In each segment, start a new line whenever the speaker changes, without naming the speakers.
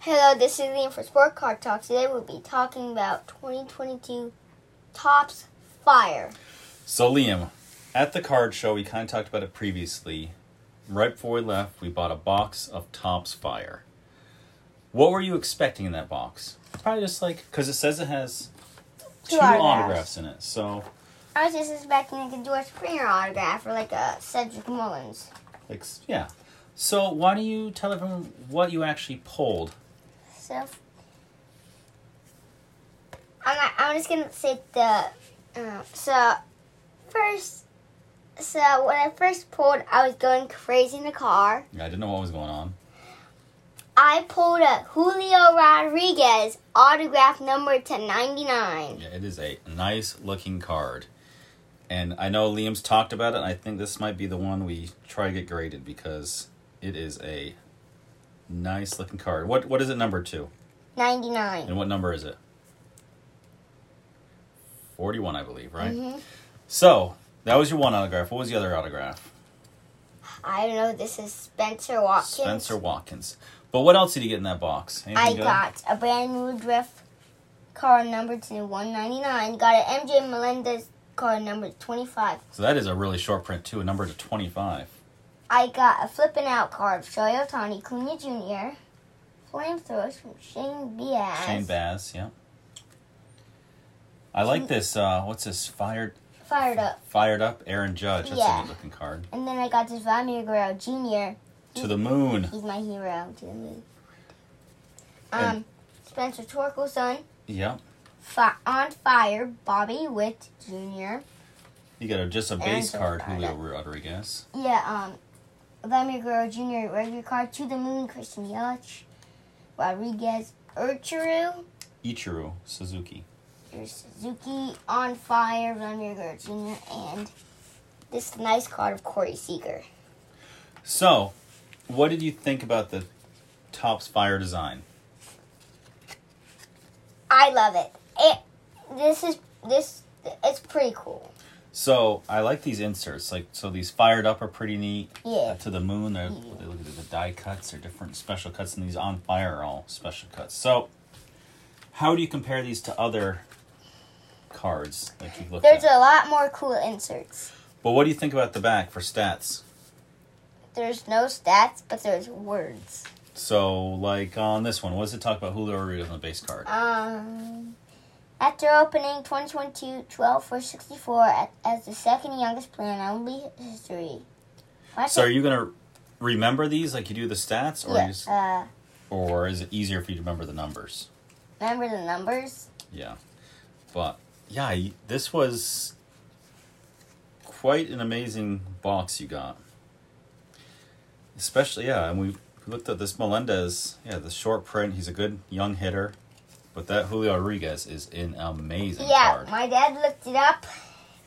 Hello, this is Liam for Sport Car Talk. Today we'll be talking about 2022 Tops Fire.
So Liam, at the card show, we kind of talked about it previously. Right before we left, we bought a box of Tops Fire. What were you expecting in that box? Probably just like because it says it has two, autographs. in it. So
I was just expecting like a George Springer autograph or like a Cedric Mullins.
like s- yeah. So why don't you tell everyone what you actually pulled?
So I'm, not, I'm just gonna say the uh, so first. So when I first pulled, I was going crazy in the car.
Yeah, I didn't know what was going on.
I pulled a Julio Rodriguez autograph number to 99.
Yeah, it is a nice looking card. And I know Liam's talked about it, and I think this might be the one we try to get graded because it is a nice looking card. What what is it number two?
99.
And what number is it? Forty one, I believe, right?
Mhm.
So that was your one autograph. What was the other autograph?
I don't know. This is Spencer Watkins.
Spencer Watkins. But what else did you get in that box? Anything
I
good?
got a brand new drift car number to 199. Got an MJ Melendez car number to 25.
So that is a really short print too, a number to twenty five.
I got a flippin' out car of Shohei Otani Cunha Jr. Flamethrowers from Shane Bias.
Shane Baz, yeah. I like this. Uh, what's this? Fired,
Fired up.
fired up. Aaron Judge. That's
Yeah.
a good looking card.
And then I got this Vladimir Guerrero Jr.
To the moon.
He's my hero to the moon.
And-
Um, Spencer Torkelson.
Yeah.
Fi- on fire, Bobby Witt Jr.
You got a, just a base
Judge
card,
fired
Julio
up.
Rodriguez.
Yeah, um, Vladimir Guerrero Jr., regular card, To the Moon, Christian Yelich, Rodriguez, Urchuru,
Ichiro Suzuki.
your Suzuki, On Fire, Vladimir Guerrero Jr., and this nice card of Corey Seager.
So, what did you think about the Topps Fire design?
I love it. It, this is, this, it's pretty cool.
So I like these inserts. Like so, these fired up are pretty neat.
Yeah.
Uh, to the moon. They're, They look at the die cuts. They're different special cuts, and these on fire are all special cuts. So, how do you compare these to other cards? Like you look.
There's
At?
a lot more cool inserts.
but what do you think about the back for stats?
There's no stats, but there's words.
So, like on this one, what does it talk about Julio Rodriguez on the base card?
Um, after opening 2022 12 for 64 at, as the second youngest player in MLB history. Watch
So, are you gonna remember these like you do the stats, or you just,
uh,
or is it easier for you to remember the numbers?
remember the numbers?
Yeah. But yeah, y- this was quite an amazing box you got. Especially yeah, and we looked at this Melendez, yeah, the short print, he's a good young hitter. But that Julio Rodriguez is an amazing
yeah,
card.
my dad looked it up.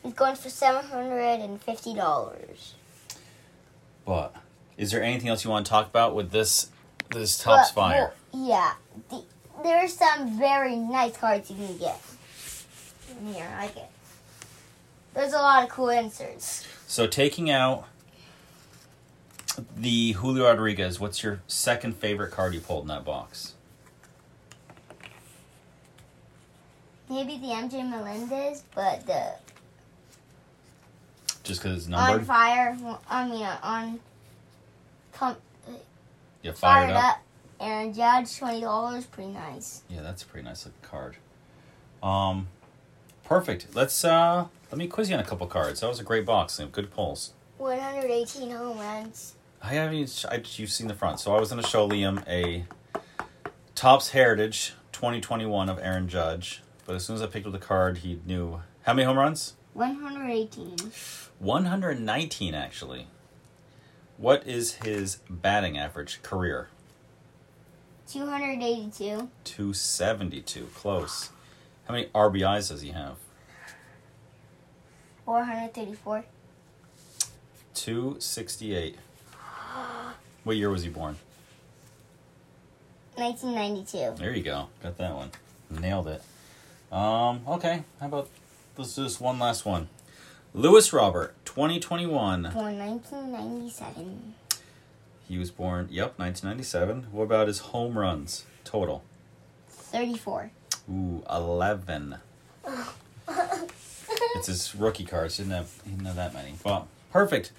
He's going for $750.
But is there anything else you want to talk about with this this Tops
But,
Fire?
well, yeah. The, there are some very nice cards you can get. Here, I like it. There's a lot of cool inserts.
So taking out the Julio Rodriguez, what's your second favorite card you pulled in that box?
Maybe the MJ Melendez, but the
Just because it's numbered?
on fire. well, I mean, uh, on pump,
you
fired, up. Aaron Judge, twenty dollars, pretty nice.
Yeah, that's a pretty nice looking card. Um, perfect. Let's uh, let me quiz you on a couple cards. That was a great box. Liam. Good pulls.
One hundred eighteen home runs.
I haven't. Even sh- I, you've seen the front, so I was gonna show Liam a Topps Heritage 2021 of Aaron Judge, but as soon as I picked up the card, he knew how many home runs.
One hundred eighteen.
119 actually. What is his batting average career?
Two hundred eighty-two.
272. Close. How many RBIs does he have?
Four hundred thirty-four.
268. What year was he born?
Nineteen ninety-two.
There you go. Got that one. Nailed it. Um, okay. How about let's do this one last one. Lewis Robert, 2021.
Born nineteen ninety-seven.
He was born, yep, 1997. What about his home runs total?
34.
Ooh, 11. it's his rookie cards. Didn't have, he didn't have that many. Well, perfect.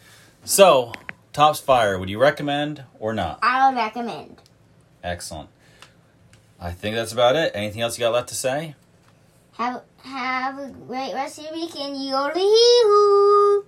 So, Topps Fire, would you recommend or not?
I don't recommend.
Excellent. I think that's about it. Anything else you got left to say?
Have have a great rest of your weekend. Yodely hee hoo.